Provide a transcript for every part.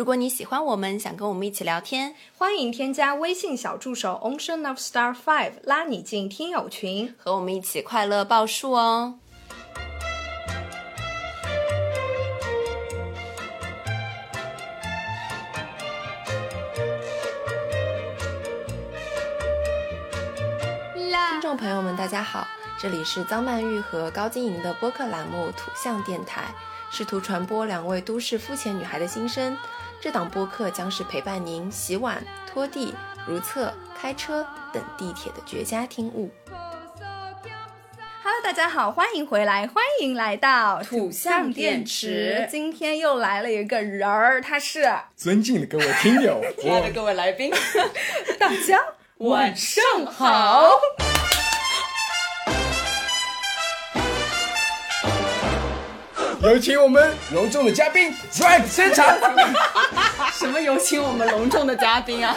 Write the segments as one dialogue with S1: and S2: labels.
S1: 如果你喜欢我们，想跟我们一起聊天，
S2: 欢迎添加微信小助手 Ocean of Star Five，拉你进听友群。
S1: 和我们一起快乐报数哦。听众朋友们，大家好，这里是张曼玉和高晶莹的播客栏目《土象电台》，试图传播两位都市肤浅女孩的心声。这档播客将是陪伴您洗碗、拖地、如厕、开车等地铁的绝佳听物。
S2: Hello，大家好，欢迎回来，欢迎来到
S1: 土象电池
S2: 今天又来了一个人儿，他是
S3: 尊敬的各位听友，
S1: 亲爱的各位 来宾，
S2: 大江。
S1: 晚上好。
S3: 有请我们隆重的嘉宾 Drive 现场。
S4: 什么有请我们隆重的嘉宾啊？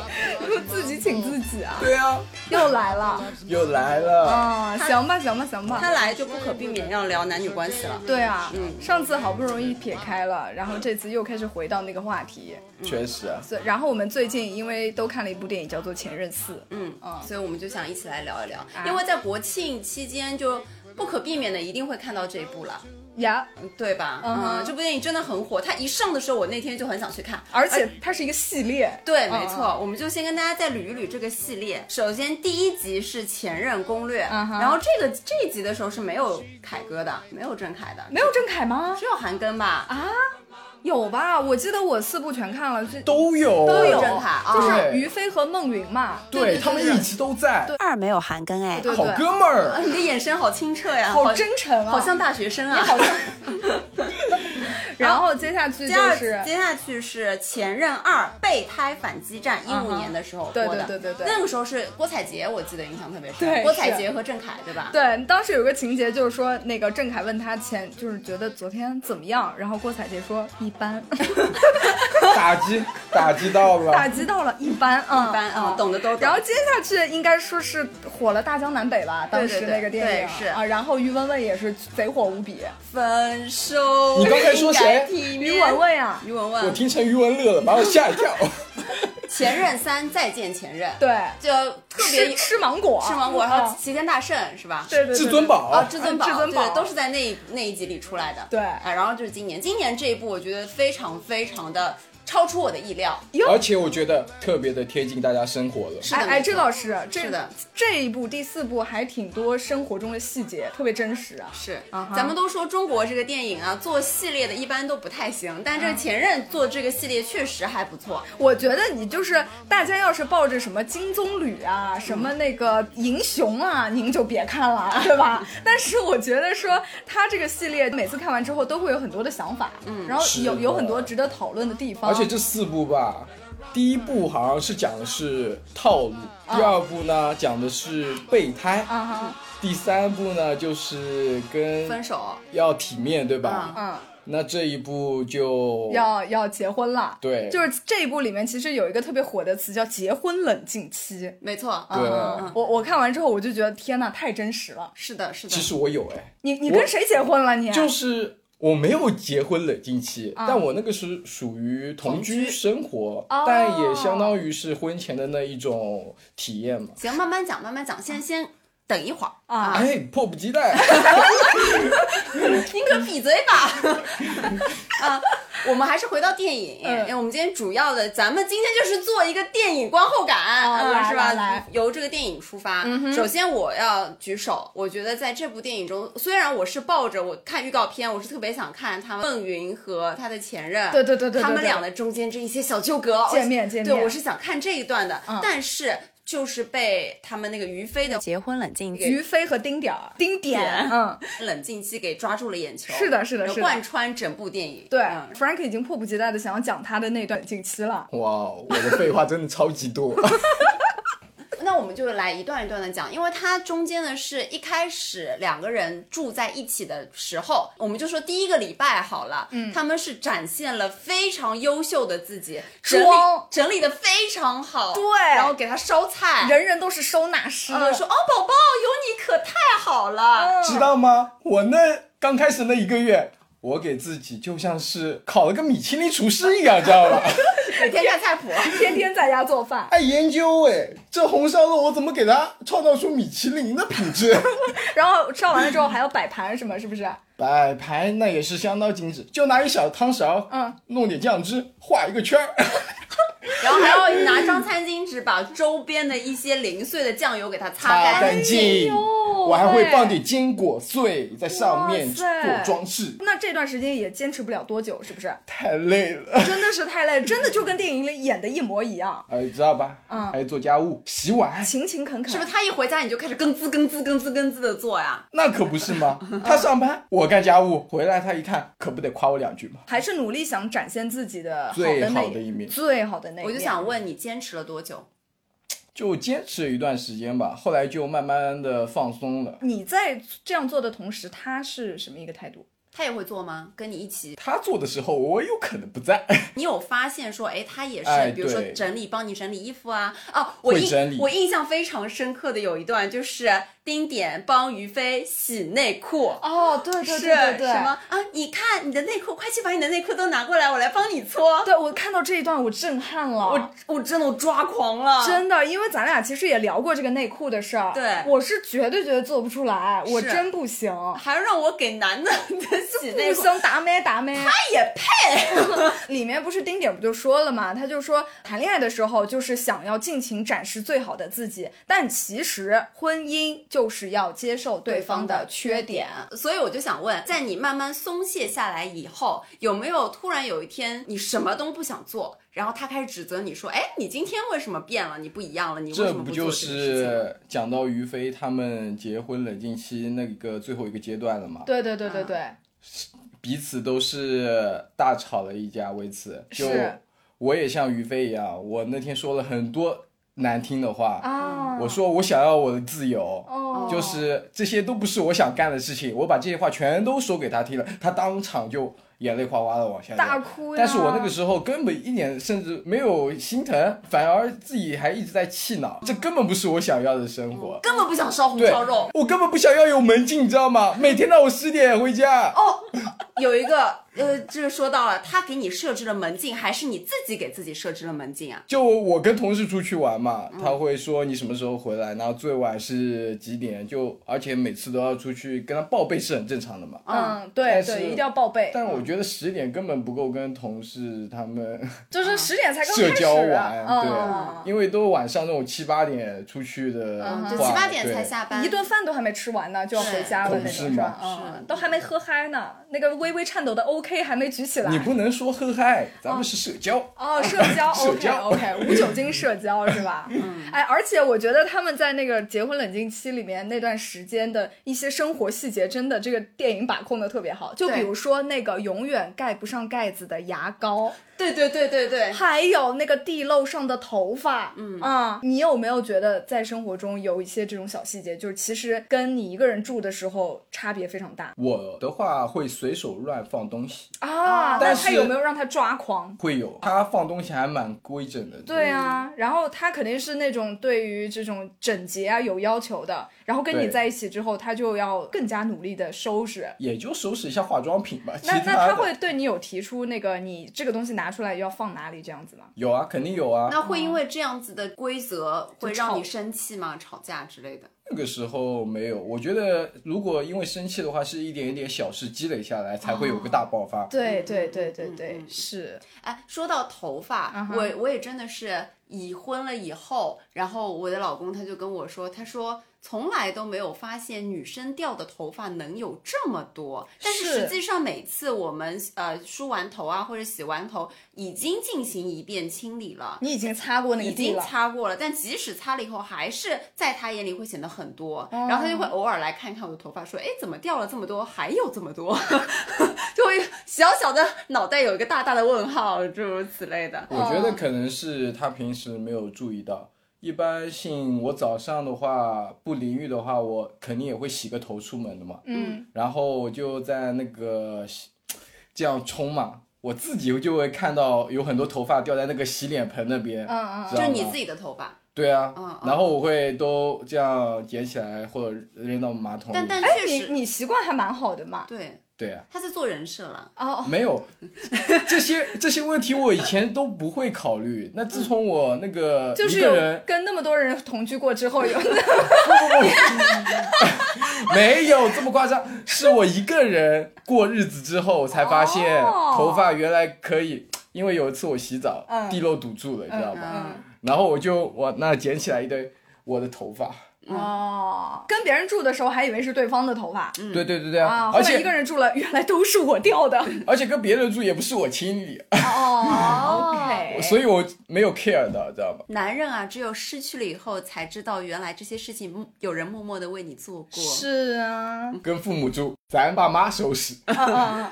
S2: 自己请自己 啊，
S3: 对啊，
S2: 又来了。
S3: 又来了。
S2: 啊，行吧，行吧，行吧。
S4: 他来就不可避免要聊男女关系了。
S2: 对啊，上次好不容易撇开了，然后这次又开始回到那个话题。
S3: 确实啊，
S2: 所以然后我们最近因为都看了一部电影叫做《前任四》，
S4: 嗯啊
S2: 嗯
S4: 所以我们就想一起来聊一聊，因为在国庆期间就不可避免的一定会看到这一部了，
S2: 呀，
S4: 对吧？
S2: 嗯哼
S4: 嗯，这部电影真的很火，它一上的时候，我那天就很想去看，
S2: 而且它是一个系列，
S4: 对，
S2: 嗯
S4: 没错，我们就先跟大家再捋一捋这个系列。首先，第一集是前任攻略，
S2: 嗯哼
S4: 然后这个这一集的时候是没有凯哥的，没有郑恺的，
S2: 没有郑恺吗？
S4: 只有韩庚吧？
S2: 有吧？我记得我四部全看了，就
S3: 都有
S2: 都有
S4: 郑恺啊
S2: 就是
S3: 对
S2: 于飞和孟云嘛。
S3: 对他们一直都在，
S5: 二没有韩庚哎，
S2: 对
S3: 好
S2: 对，
S3: 哥们儿。
S4: 啊你的眼神好清澈呀，
S2: 好真诚啊！
S4: 好像大学生啊，
S2: 好像。然后接下去
S4: 接
S2: 就
S4: 下
S2: 是
S4: 接下去是《前任二：备胎反击战》，一
S2: 嗯
S4: 五
S2: 哼
S4: 年的时候播
S2: 对
S4: 的，
S2: 对对对对
S4: 那个时候是郭采洁，我记得印象特别深
S2: 对，
S4: 郭
S2: 是
S4: 采洁和郑恺，对吧？
S2: 对，当时有个情节就是说，那个郑恺问他前，就是觉得昨天怎么样，然后郭采洁说一 般，
S3: 打击打击到
S2: 打
S3: 了，
S2: 击到了一般，嗯，
S4: 一般啊，懂的都懂。
S2: 然后接下去应该说是火了大江南北吧，当
S4: 对
S2: 时
S4: 对对
S2: 那个电影
S4: 对是
S2: 啊，然后于文蔚也是贼火无比，
S4: 分手，
S3: 你刚才说谁
S4: 应该体面
S2: 于文，蔚啊，
S4: 于文
S3: 我
S4: 文，《
S3: 听成余文乐了，把我吓一跳。
S4: 前任三：再见前任》，
S2: 对，
S4: 就特别
S2: 吃吃芒果，
S4: 吃芒果，然后
S2: 嗯
S4: 齐天大圣是吧？
S2: 对对对
S3: 至尊，
S4: 啊，
S3: 宝，
S4: 至尊宝，
S2: 至尊宝
S4: 对，都是在那一那一集里出来的。
S2: 对
S4: 啊，然后就是今年，今年这一部我觉得非常非常的超出我的意料。
S2: 哟
S3: 而且我觉得特别的贴近大家生活了。
S4: 是的，
S2: 哎哎，
S4: 没错
S2: 这老师，这
S4: 是的
S2: 这一部第四部还挺多生活中的细节，特别真实啊。
S4: 是
S2: 啊哈
S4: 咱们都说中国这个电影啊，做系列的一般都不太行，但这个前任做这个系列确实还不错。
S2: 我觉得你就是大家要是抱着什么金棕榈啊、什么那个银熊啊，您就别看了， 对吧？但是我觉得说他这个系列每次看完之后都会有很多的想法，嗯，然后
S3: 是
S2: 有
S3: 的
S2: 有很多值得讨论的地方，
S3: 而且这四部吧，第一部好像是讲的是套路，第二部呢讲的是备胎，
S2: 啊哈，
S3: 第三部呢就是跟
S4: 分手，
S3: 要体面对吧？
S2: 嗯，
S3: 那这一部就
S2: 要要结婚了，
S3: 对
S2: 就是这一部里面其实有一个特别火的词叫结婚冷静期。
S4: 没错，
S3: 对
S2: 嗯，我我看完之后我就觉得天呐，太真实了！
S4: 是的，是的
S3: 其。实我有哎，
S2: 你你
S3: 我
S2: 跟谁结婚了你？
S3: 就是我没有结婚冷静期，
S2: 嗯
S3: 但我那个是属于同居生活，
S2: 哦
S3: 但也相当于是婚前的那一种体验嘛。
S4: 行，慢慢讲，慢慢讲，先先等一会儿
S2: 啊
S4: 啊，
S3: 哎，迫不及待！
S4: 您可闭嘴吧！ 啊，我们还是回到电影，
S2: 嗯
S4: 因为我们今天主要的，咱们今天就是做一个电影观后感，啊
S2: 哦来
S4: 是吧？
S2: 来来嗯
S4: 由这个电影出发。首先我要举手，我觉得在这部电影中，虽然我是抱着我看预告片，我是特别想看他们孟云和他的前任，
S2: 对对对对对
S4: 他们
S2: 对
S4: 俩的中间这一些小纠葛，
S2: 见面见面嗯
S4: 对我是想看这一段的，但是就是被他们那个于飞的
S5: 结婚冷静期，
S2: 于飞和丁点儿，丁点，嗯，
S4: 冷静期给抓住了眼球，
S2: 是的是的是的
S4: 贯穿整部电影，
S2: 对、
S4: 嗯
S2: f r a n k 已经迫不及待的想要讲他的那段近期了。
S3: 哇，我的废话真的超 级多。
S4: 那我们就来一段一段的讲，因为它中间呢是一开始两个人住在一起的时候，我们就说第一个礼拜好了，嗯，他们是展现了非常优秀的自己，整理
S2: 装
S4: 整理的非常好，
S2: 对
S4: 然后给他烧菜，
S2: 人人都是收纳师，
S4: 嗯，说哦，宝宝有你可太好了，
S2: 嗯
S3: 知道吗？我那刚开始那一个月，我给自己就像是考了个米其林厨师一样，知道吧？
S4: 每天看菜 谱，
S2: 天天在家做饭，
S3: 爱研究哎，这红烧肉我怎么给它创造出米其林的品质？
S2: 然后烧完了之后还要摆盘什么，是不是？
S3: 摆盘那也是相当精致，就拿一小汤勺，
S2: 嗯，
S3: 弄点酱汁，画一个圈儿。
S4: 然后还要拿张餐巾纸把周边的一些零碎的酱油给它 擦
S3: 擦
S4: 干。
S3: 干净。
S2: 哎呦
S3: 我还会放点坚果碎在上面
S2: 哇
S3: 做
S2: 塞
S3: 装饰，
S2: 那这段时间也坚持不了多久，是不是？
S3: 太累了。
S2: 真的是太累，真的就跟电影里演的一模一样，
S3: 哎，知道吧？
S2: 嗯
S3: 还有做家务、洗碗，
S2: 勤勤恳恳，
S4: 哎是不是他一回家你就开始咯吱咯吱咯吱咯吱的做呀？
S3: 那可不 是吗？
S2: 嗯
S3: 他上班，我干家务，回来他一看，可不得夸我两句吗？
S2: 还是努力想展现自己的好
S3: 最
S2: 的那
S3: 好的一面
S2: 最好的那一面。
S4: 我就想问你坚持了多久？
S3: 就坚持了一段时间吧，后来就慢慢的放松了。
S2: 你在这样做的同时，他是什么一个态度？
S4: 他也会做吗？跟你一起？
S3: 他做的时候，我有可能不在。
S4: 你有发现说，哎，他也是，
S3: 哎
S4: 比如说
S3: 对
S4: 整理，帮你整理衣服啊。哦，我
S3: 会整理
S4: 印我印象非常深刻的有一段就是丁点帮于飞洗内裤。
S2: 哦，对对
S4: 是
S2: 对对对，
S4: 什么？啊？你看你的内裤，快去把你的内裤都拿过来，我来帮你搓。
S2: 对我看到这一段，我震撼了，
S4: 我我真的我抓狂了，
S2: 真的，因为咱俩其实也聊过这个内裤的事儿。
S4: 对
S2: 我是绝对觉得做不出来，我
S4: 是
S2: 真不行，
S4: 还要让我给男的洗内
S2: 不
S4: 裤，
S2: 行，打咩打咩。
S4: 他也配？
S2: 里面不是丁点不就说了嘛，他就说谈恋爱的时候就是想要尽情展示最好的自己，但其实婚姻就是要接受对方的缺点。
S4: 所以我就想问，在你慢慢松懈下来以后，有没有突然有一天你什么都不想做，然后他开始指责你说，哎，你今天为什么变了？你不一样了？你为
S3: 这
S4: 什么
S3: 不
S4: 做
S3: 就
S4: 这个事情？
S3: 是讲到于飞他们结婚冷静期那个最后一个阶段了吗？
S2: 对嗯对对对对，
S3: 彼此都是大吵了一架为此。就是我也像于飞一样，我那天说了很多难听的话，
S2: 啊，
S3: 嗯我说我想要我的自由。
S2: 哦，
S3: 就是这些都不是我想干的事情，我把这些话全都说给他听了，他当场就眼泪哗哗的往下掉。
S2: 大哭呀。
S3: 但是我那个时候根本一点甚至没有心疼，反而自己还一直在气恼，这根本不是我想要的生活。
S4: 根本不想烧红
S3: 对
S4: 烧肉，。
S3: 我根本不想要有门禁，你知道吗？每天让我十点回家，
S4: 哦有一个呃，这个说到了，他给你设置了门禁，还是你自己给自己设置了门禁啊？
S3: 就我跟同事出去玩嘛，他会说你什么时候回来，然后最晚是几点，就而且每次都要出去跟他报备是很正常的嘛。
S2: 嗯，对
S3: 但是
S2: 对，一定要报备，
S3: 但我觉得十点根本不够跟同事他们
S2: 就是十点才刚开始
S3: 社
S2: 啊。
S3: 交玩，
S2: 嗯
S3: 对，因为都晚上那种七八点出去的话，
S4: 就七八点才下班，
S2: 一顿饭都还没吃完呢，就要回家了那
S3: 是
S2: 种，
S3: 是
S2: 吧
S3: 吗？
S2: 嗯，都还没喝嗨呢，那个微微颤抖的 OK 还没举起来
S3: 对。你不能说喝
S4: 嗯
S3: 嗨，咱们是社交，
S2: 哦，社交
S3: 社
S2: OK
S3: 交
S2: OK，无 酒精社交是吧？嗯，哎，而且我觉得他们在那个结婚冷静期里面那段时间的一些生活细节，真的这个电影把控的特别好。就比如说那个永远盖不上盖子的牙膏，
S4: 对对对对对，
S2: 还有那个地漏上的头发，嗯啊，你有没有觉得在生活中有一些这种小细节，就是其实跟你一个人住的时候差别非常大
S3: 我的话会随手乱放东西，
S2: 啊？那他
S3: 但是
S2: 有没有让他抓狂？
S3: 会有他放东西还蛮规整的，
S2: 对啊，然后他肯定是那种对于这种整洁啊有要求的，然后跟你
S3: 对
S2: 在一起之后，他就要更加努力的收拾。
S3: 也就收拾一下化妆品吧，其
S2: 那那他
S3: 的
S2: 会对你有提出那个你这个东西拿出来要放哪里这样子吗？
S3: 有啊，肯定有啊。
S4: 那会因为这样子的规则会让
S2: 吵
S4: 你生气吗？吵架之类的？
S3: 那个时候没有，我觉得如果因为生气的话，是一点一点小事积累下来，才会有个大爆发。
S2: 对对对对
S4: 嗯
S2: 对，
S4: 嗯
S2: 是
S4: 哎，说到头发
S2: 嗯哼
S4: 我我也真的是已婚了以后，然后我的老公他就跟我说，他说从来都没有发现女生掉的头发能有这么多，但
S2: 是
S4: 是实际上每次我们呃梳完头啊或者洗完头，已经进行一遍清理了。
S2: 你已经擦过那个
S4: 已
S2: 地
S4: 经
S2: 了。
S4: 擦过了，但即使擦了以后，还是在他眼里会显得很多。
S2: 哦
S4: 然后他就会偶尔来看一看我的头发，说：“哎，怎么掉了这么多？还有这么多？” 就会小小的脑袋有一个大大的问号，诸如此类的。
S3: 我
S2: 嗯
S3: 觉得可能是他平时没有注意到。一般性，我早上的话不淋浴的话，我肯定也会洗个头出门的嘛。
S2: 嗯，
S3: 然后我就在那个洗这样冲嘛，我自己就会看到有很多头发掉在那个洗脸盆那边，
S2: 嗯嗯
S3: 知
S4: 就
S3: 道
S4: 是
S3: 吗？
S4: 你自己的头发，
S3: 对啊，
S4: 嗯
S3: 然后我会都这样捡起来或者扔到马桶里。
S4: 但但
S2: 哎，
S4: 确
S2: 你
S4: 实
S2: 你习惯还蛮好的嘛。
S4: 对，
S3: 对啊，
S4: 他在做人设了。
S2: 哦，
S3: 没有这些这些问题，我以前都不会考虑。那自从我那个
S2: 就是
S3: 一个人
S2: 有跟那么多人同居过之后有，
S3: 没有这么夸张，是我一个人过日子之后才发现
S2: 哦
S3: 头发原来可以，因为有一次我洗澡
S2: 嗯
S3: 地漏堵住了，你知道吗？
S4: 嗯，
S3: 然后我就我那捡起来一堆我的头发，
S2: 哦，跟别人住的时候还以为是对方的头发
S3: 对对对对
S2: 啊，
S3: 啊，
S2: 后
S3: 而
S2: 来一
S3: 且
S2: 个人住了，原来都是我掉的。
S3: 而且跟别人住也不是我清理，
S2: 哦
S4: OK
S3: 所以我没有 care 的，知道吗？
S4: 男人啊，只有失去了以后才知道，原来这些事情嗯有人默默的为你做过。
S2: 是啊，
S3: 跟父母住，咱爸妈收拾；
S2: 嗯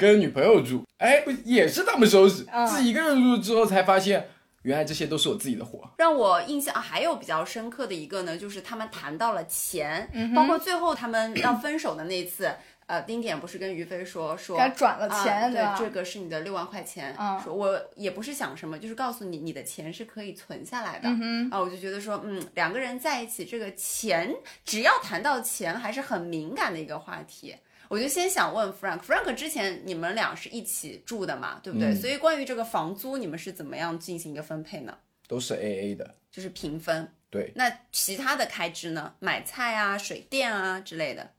S3: 跟女朋友住，哎，不也是他们收拾。
S2: 嗯
S3: 自己一个人住之后才发现，原来这些都是我自己的活。
S4: 让我印象、啊还有比较深刻的一个呢，就是他们谈到了钱，
S2: 嗯
S4: 包括最后他们要分手的那一次，呃，丁点不是跟于飞说说
S2: 给他转了
S4: 啊
S2: 钱，
S4: 对，
S2: 吧？
S4: 这个是你的六万块钱，
S2: 嗯
S4: 说我也不是想什么，就是告诉你你的钱是可以存下来的，啊，我就觉得说，嗯，两个人在一起，这个钱只要谈到钱，还是很敏感的一个话题。我就先想问 Frank，Frank 之前你们俩是一起住的嘛，对不对？
S3: 嗯
S4: 所以关于这个房租，你们是怎么样进行一个分配呢？
S3: 都是 A A 的，
S4: 就是平分。
S3: 对，
S4: 那其他的开支呢？买菜啊、水电啊之类的。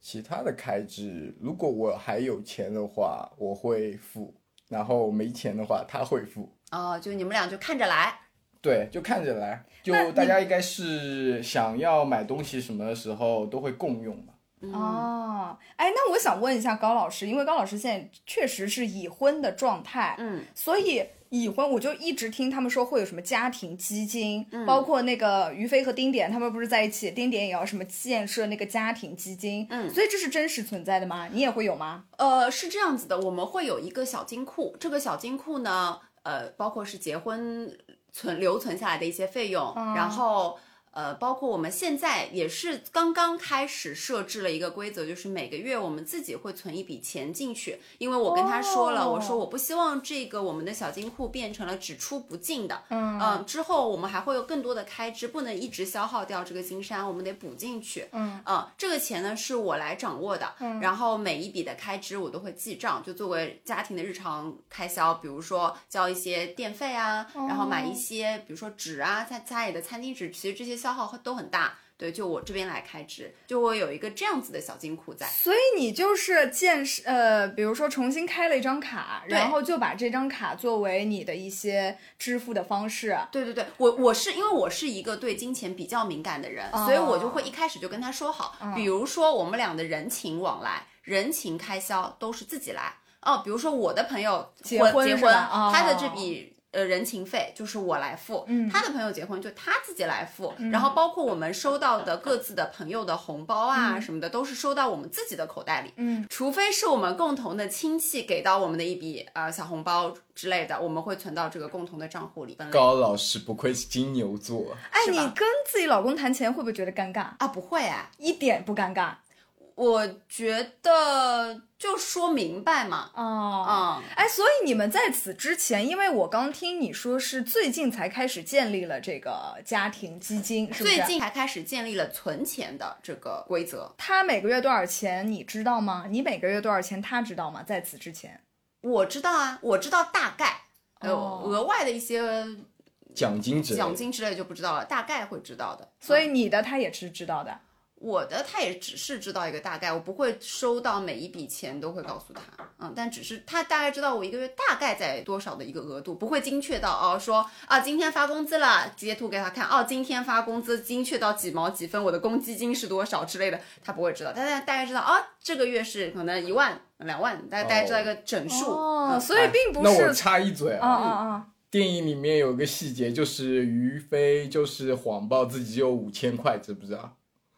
S3: 其他的开支，如果我还有钱的话，我会付；然后没钱的话，他会付。
S4: 哦，就你们俩就看着来。
S3: 对，就看着来。就大家应该是想要买东西什么的时候都会共用吧？
S4: 嗯
S2: 哦，哎，那我想问一下高老师，因为高老师现在确实是已婚的状态，
S4: 嗯，
S2: 所以已婚我就一直听他们说会有什么家庭基金，
S4: 嗯
S2: 包括那个于飞和丁点他们不是在一起，丁点也要什么建设那个家庭基金，嗯，所以这是真实存在的吗？你也会有吗？
S4: 呃，是这样子的，我们会有一个小金库，这个小金库呢，呃，包括是结婚存留存下来的一些费用，
S2: 哦
S4: 然后。呃，包括我们现在也是刚刚开始设置了一个规则，就是每个月我们自己会存一笔钱进去，因为我跟他说了，
S2: 哦
S4: 我说我不希望这个我们的小金库变成了只出不进的，
S2: 嗯
S4: 嗯，之后我们还会有更多的开支，不能一直消耗掉这个金山，我们得补进去。
S2: 嗯
S4: 呃这个钱呢是我来掌握的，然后每一笔的开支我都会记账，就作为家庭的日常开销，比如说交一些电费啊，然后买一些比如说纸啊，在家里的餐巾纸，其实这些消耗都很大。对，就我这边来开支，就我有一个这样子的小金库在。
S2: 所以你就是建设，呃，比如说重新开了一张卡，
S4: 对
S2: 然后就把这张卡作为你的一些支付的方式。哎
S4: 对对对，我我是因为我是一个对金钱比较敏感的人，
S2: 哦嗯
S4: 所以我就会一开始就跟他说好，比如说我们俩的人情往来、人情开销都是自己来哦。比如说我的朋友
S2: 结
S4: 婚
S2: 婚
S4: 结
S2: 是吧哦
S4: 他的这笔。呃，人情费就是我来付，
S2: 嗯
S4: 他的朋友结婚就他自己来付，然后包括我们收到的各自的朋友的红包啊什么的，都是收到我们自己的口袋里，
S2: 嗯，
S4: 除非是我们共同的亲戚给到我们的一笔啊、呃小红包之类的，我们会存到这个共同的账户里分类。
S3: 高老师不愧是金牛座，
S2: 哎，
S4: 是
S2: 你
S4: 吧
S2: 跟自己老公谈钱会不会觉得尴尬？
S4: 啊，不会哎，
S2: 一点不尴尬
S4: 我觉得就说明白嘛，
S2: 哦。
S4: 啊、
S2: 哎，所以你们在此之前，因为我刚听你说是最近才开始建立了这个家庭基金，是不是？啊
S4: 最近还开始建立了存钱的这个规则。
S2: 他每个月多少钱，你知道吗？你每个月多少钱，他知道吗？在此之前，
S4: 我知道啊，我知道大概，呃，
S2: 哦
S4: 额外的一些
S3: 奖金之类的
S4: 奖金之类就不知道了，大概会知道的。
S2: 所
S4: 嗯
S2: 以你的他也是知道的。
S4: 我的他也只是知道一个大概，我不会收到每一笔钱都会告诉他，嗯，但只是他大概知道我一个月大概在多少的一个额度，不会精确到哦说啊今天发工资了，截图给他看，哦今天发工资精确到几毛几分，我的公积金是多少之类的，他不会知道，但他大概知道哦这个月是可能一万两万，大概大概知道一个整数，
S2: 哦，
S4: 嗯
S2: 所以并不
S3: 哎那我
S2: 是。
S3: 插一嘴
S2: 啊
S3: 啊，
S2: 啊啊！
S3: 电影里面有个细节，就是于飞就是谎报自己只有五千块，知不知道？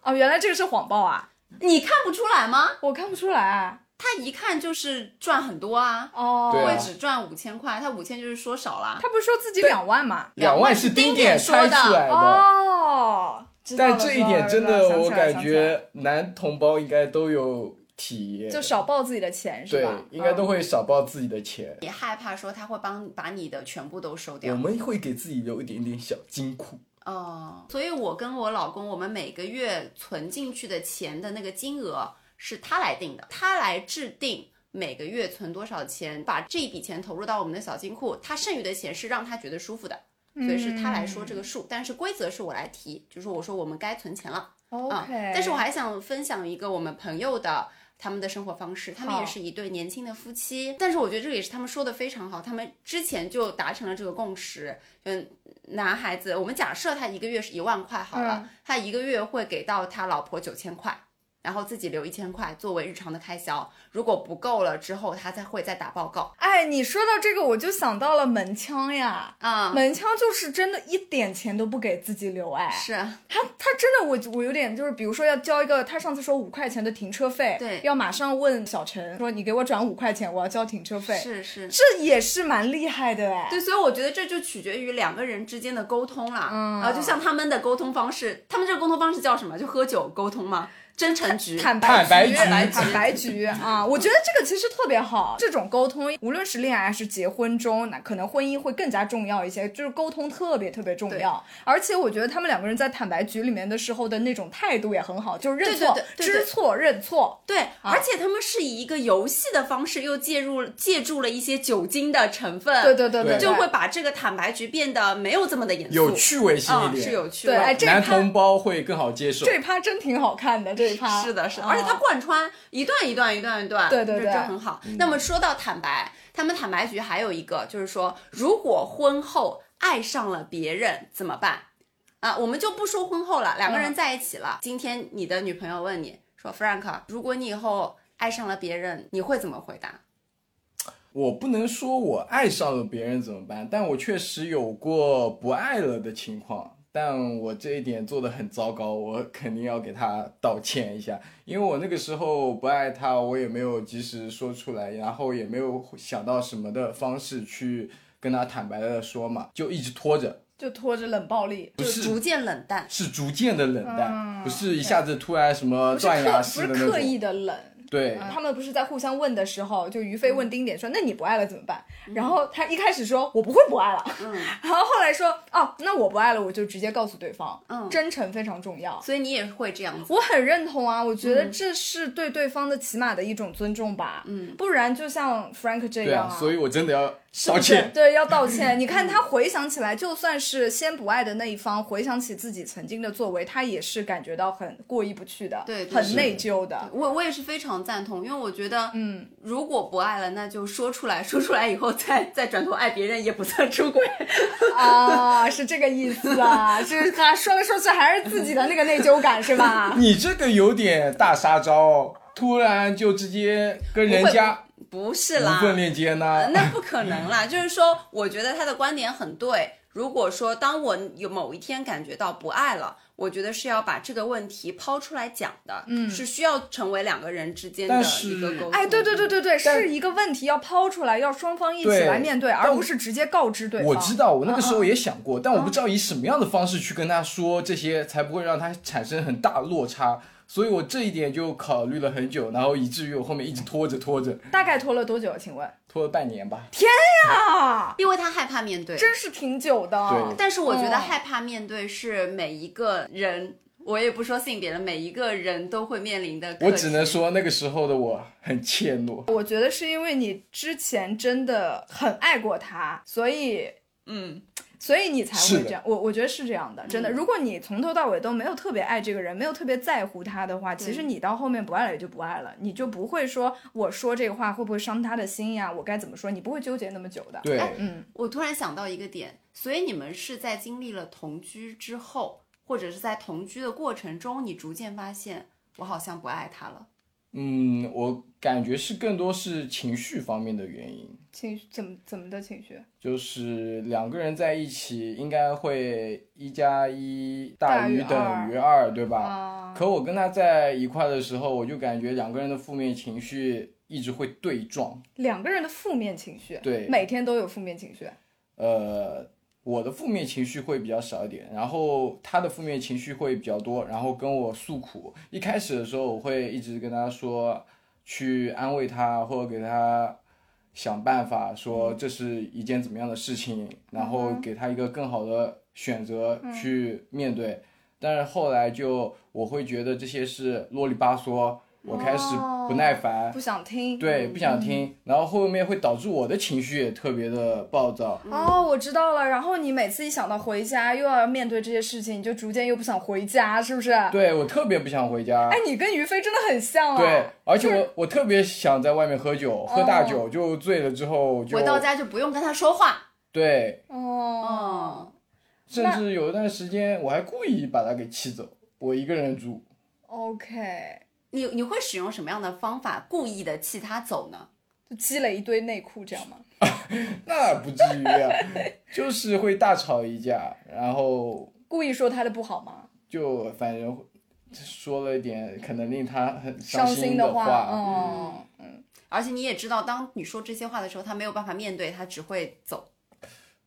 S2: 哦，原来这个是谎报啊！
S4: 你看不出来吗？
S2: 我看不出来。啊
S4: 他一看就是赚很多啊，
S2: 哦，
S3: 对
S4: 会
S3: 啊
S4: 只赚五千块，他五千就是说少啦。
S2: 他不是说自己两万吗？
S4: 两万
S3: 万
S4: 是
S3: 是
S4: 丁
S3: 丁
S4: 点
S3: 点
S4: 说的
S3: 猜出来的，
S2: 哦，知道了
S3: 但这一点真
S2: 知道了
S3: 的，我
S2: 想起来
S3: 感觉男同胞应该都有体
S2: 想
S3: 验，
S2: 起来就少报自己的钱是
S3: 对
S2: 吧？，
S3: 应该都
S2: 嗯
S3: 会少报自己的钱。
S4: 也害怕说他会帮把你的全部都收
S3: 我
S4: 掉。
S3: 们会给自己留一点点小金库，
S4: 嗯哦，所以我跟我老公，我们每个月存进去的钱的那个金额是他来定的，他来制定。每个月存多少钱，把这一笔钱投入到我们的小金库，他剩余的钱是让他觉得舒服的，所以是他来说这个数，但是规则是我来提，就是我说我们该存钱了。啊
S2: 嗯 OK，、
S4: 但是我还想分享一个我们朋友的他们的生活方式，他们也是一对年轻的夫妻，但是我觉得这个也是他们说的非常好，他们之前就达成了这个共识，嗯，男孩子，我们假设他一个月是一万块好了，他一个月会给到他老婆九千块。然后自己留一千块作为日常的开销，如果不够了之后，他才会再打报告
S2: 哎，你说到这个，我就想到了门腔呀。
S4: 啊。
S2: 门腔就是真的一点钱都不给自己留，哎，
S4: 是
S2: 他他真的我我有点就是，比如说要交一个，他上次说五块钱的停车费，
S4: 对
S2: 要马上问小陈说你给我转五块钱，我要交停车费，
S4: 是是，
S2: 这也是蛮厉害的哎。
S4: 对，所以我觉得这就取决于两个人之间的沟通啦。
S2: 嗯
S4: 啊，就像他们的沟通方式，他们这个沟通方式叫什么？就喝酒沟通吗？真诚局。
S2: 坦
S3: 坦
S2: 白
S3: 白
S2: 局，
S3: 局
S2: 坦白局啊！我觉得这个其实特别好，这种沟通，无论是恋爱还是结婚中，那可能婚姻会更加重要一些，就是沟通特别特别重要。而且我觉得他们两个人在坦白局里面的时候的那种态度也很好，就是认错、
S4: 对对对对对
S2: 知错、认错。
S4: 对，而且他们是以一个游戏的方式，又介入借助了一些酒精的成分，
S2: 对对对
S3: 对
S4: 就会把这个坦白局变得没有这么的严肃，
S3: 有趣味性一
S4: 嗯，
S3: 点，
S4: 是有趣
S2: 对，哎，
S4: 味。
S2: 这一
S3: 男
S2: 趴
S3: 同胞会更好接受。
S2: 这一趴真挺好看的，这一趴
S4: 是的，是的，
S2: 啊
S4: 而且它贯穿一段一段一段一段，
S2: 对对
S4: 这
S2: 对
S4: 这很好。啊那么说到坦白，他们坦白局还有一个就是说，如果婚后爱上了别人怎么办？啊，我们就不说婚后了，两个
S3: 嗯
S4: 人在一起了。今天你的女朋友问你说，Frank，如啊果你以后爱上了别人，你会怎么回答？
S3: 我不能说我爱上了别人怎么办，但我确实有过不爱了的情况，但我这一点做的很糟糕，我肯定要给他道歉一下，因为我那个时候不爱他，我也没有及时说出来，然后也没有想到什么的方式去跟他坦白的说嘛，就一直拖着，
S2: 就拖着冷暴力，
S3: 不
S4: 就是逐渐冷淡。
S3: 是逐渐的冷淡，
S2: 嗯
S3: 不是一下子突然什么
S2: 不是
S3: 断
S2: 刻
S3: 崖
S2: 不
S3: 式
S2: 是
S3: 的那
S2: 刻
S3: 种，
S2: 意啊的冷。
S3: 对，
S4: 嗯
S2: 他们不是在互相问的时候，就于飞问丁点说：“那你不爱了怎么办？”
S4: 嗯
S2: 然后他一开始说：“我不会不爱了。” 然后后来说：“哦，那我不爱了，我就直接告诉对方。”
S4: 嗯
S2: 真诚非常重要。
S4: 所以你也会这样子，
S2: 我很认同啊，我
S4: 嗯
S2: 觉得这是对对方的起码的一种尊重吧。嗯，不然就像 Frank 这
S3: 对
S2: 样
S3: 啊，所以我真的要
S2: 是
S3: 道
S2: 不是
S3: 歉。
S2: 对，要道 歉。你看他回想起来，就算是先不爱的那一方，回想起自己曾经的作为，他也是感觉到很过意不去的，
S4: 对对
S2: 很
S4: 是
S2: 内疚的。
S4: 我我也是非常赞同，因为我觉得，嗯，如果不爱了，那就说出来，说出来以后再 再转头爱别人也不算出轨。
S2: 啊，是这个意思啊，就是他说来说去还是自己的那个内疚感 是吧？
S3: 你这个有点大杀招哦，突然就直接跟人家
S4: 不是
S3: 无
S4: 啦，
S3: 缝链接呢
S4: 呃？那不可能啦。就是说，我觉得他的观点很对。如果说当我有某一天感觉到不爱了，我觉得是要把这个问题抛出来讲的，嗯，是需要成为两个人之间的
S3: 但是
S4: 一个沟通。
S2: 哎，对对对对对，
S3: 但
S2: 是一个问题要抛出来，要双方一起
S3: 对
S2: 来面对，而
S3: 但
S2: 不是直接告知对方。
S3: 我知道，我那个时候
S4: 哦嗯
S3: 也想过，但我不知道以什么样的方式去跟他说这些，才不会让他产生很大的落差。所以我这一点就考虑了很久，然后以至于我后面一直拖着拖着，
S2: 大概拖了多久？啊请问
S3: 拖了半年吧。
S2: 啊，
S4: 因为他害怕面对。
S2: 真是挺久的
S3: 对。
S4: 但是我觉得
S2: 哦
S4: 害怕面对是每一个人，我也不说性别了，每一个人都会面临的。
S3: 我只能。说那个时候的我很怯懦，
S2: 我觉得是因为你之前真的很爱过他，所以
S4: 嗯，
S2: 所以你才
S3: 是
S2: 会
S3: 的
S2: 这样。我我觉得是这样的，真的。如果你从头到尾都没有特别爱这个人，没有特别在乎他的话，其实你到后面不爱了也就不爱了，你就不会说我说这个话会不会伤他的心呀？我该怎么说？你不会纠结那么久的。
S3: 对，
S4: 哎
S2: 嗯，
S4: 我突然想到一个点，所以你们是在经历了同居之后，或者是在同居的过程中，你逐渐发现我好像不爱他了。
S3: 嗯，我感觉是更多是情绪方面的原因。
S2: 情绪怎么怎么的情绪？
S3: 就是两个人在一起，应该会一加一
S2: 大
S3: 大
S2: 于
S3: 于
S2: 二
S3: 等于二，对吧？
S2: 啊，
S3: 可我跟他在一块的时候，我就感觉两个人的负面情绪一直会对撞。
S2: 两个人的负面情绪，
S3: 对
S2: 每天都有负面情绪。
S3: 呃，我的负面情绪会比较少一点，然后他的负面情绪会比较多，然后跟我诉苦。一开始的时候，我会一直跟他说，去安慰他，或者给他想办法，说这是一件怎么样的事情，然后给他一个更好的选择去面对。但是后来就我会觉得这些是啰里吧嗦，我开始不耐烦，
S2: 不想听。
S3: 对，不想听，然后后面会导致我的情绪也特别的暴躁。
S2: 哦，我知道了。然后你每次一想到回家又要面对这些事情，你就逐渐又不想回家，是不是？哎，
S3: 对我特别不想回家。
S2: 你跟于飞真的很像啊。
S3: 对，而且我我特别想在外面喝酒，喝大酒就醉了之后就
S4: 回到家就不用跟他说话。
S3: 对，
S4: 嗯
S2: 哦，
S3: 甚至有一段时间我还故意把他给气走，我一个人住。
S2: ，OK，
S4: 你你会使用什么样的方法故意的气他走呢？
S2: 就积累一堆内裤这样吗？
S3: 那不至于啊，就是会大吵一架，然后
S2: 故意说他的不好吗？
S3: 就反正说了一点可能令他很
S2: 伤
S3: 心
S2: 的
S3: 话。
S2: 嗯，
S4: 而且你也知道，当你说这些话的时候，他没有办法面对，他只会走。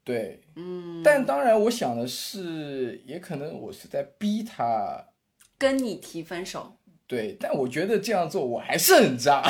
S3: 对，嗯。但当然，我想的是，也可能我是在逼他。
S4: 跟你提分手，
S3: 对，但我觉得这样做我还是很渣。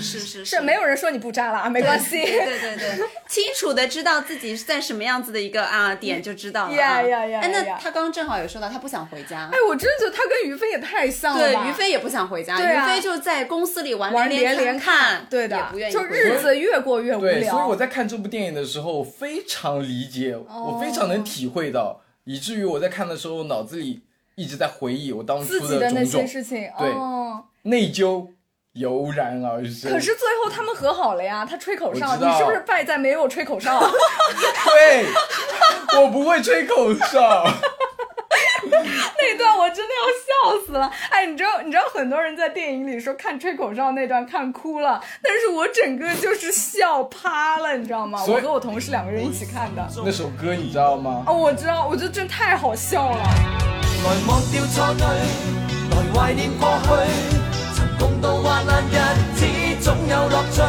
S4: 是是
S2: 是没有人说你不渣了啊，没关系。
S4: 对对对，清楚的知道自己是在什么样子的一个啊点就知道了、啊。
S2: 呀呀呀
S4: 哎，那
S2: 呀
S4: 他刚刚正好有说到，他不想回家
S2: 哎。，我真的觉得他跟于飞也太像了吧。
S4: 对，于飞也不想回家，
S2: 对啊
S4: 于飞就在公司里玩
S2: 玩
S4: 连
S2: 连连
S4: 看，
S2: 对的
S4: 也，不愿意
S2: 就
S4: 回家
S2: 日子越过越无
S3: 对，所以我
S2: 聊。
S3: 在看这部电影的时候非常理解，我非常能体会
S2: 哦
S3: 到，以至于我在看的时候脑子里一直在回忆我当初
S2: 自己的那
S3: 种
S2: 些
S3: 种
S2: 事情，
S3: 对
S2: 哦，
S3: 内疚油然而生。
S2: 可是最后他们和好了呀，他吹口哨，
S3: 我知
S2: 你
S3: 道
S2: 是不是败在没有吹口哨？
S3: 对，我不会吹口 哨。
S2: 那段我真的要笑死了。哎，你知道，你知道很多人在电影里说看吹口哨那段看哭了，但是我整个就是笑趴了，你知道吗？
S3: 所以
S2: 我和我同事两个人一起看的。
S3: 那首歌你知道吗？
S2: 哦，我知道，我觉得真太好笑了。
S3: 哎
S6: 来忘掉错对，来怀念过去。曾共度患难日子，总有乐趣。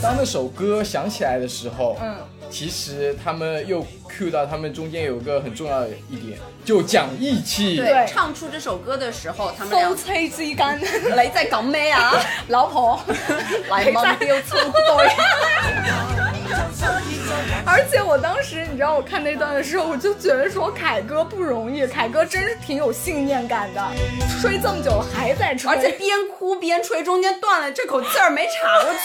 S3: 当那首歌响起来的时候，
S2: 嗯，
S3: 其实他们又 cue 到他们中间有个很重要的一点，就讲义气。
S2: 对
S4: 唱出这首歌的时候，他们俩
S2: 风吹之间，
S4: 你在讲咩啊？
S2: 老婆，
S4: 来忘掉错对，
S2: 而且我当时，你知道我看那段的时候，我就觉得说凯哥不容易，凯哥真是挺有信念感的，吹这么久了还在吹，
S4: 而且边哭边吹，中间断了这口气儿没插过去，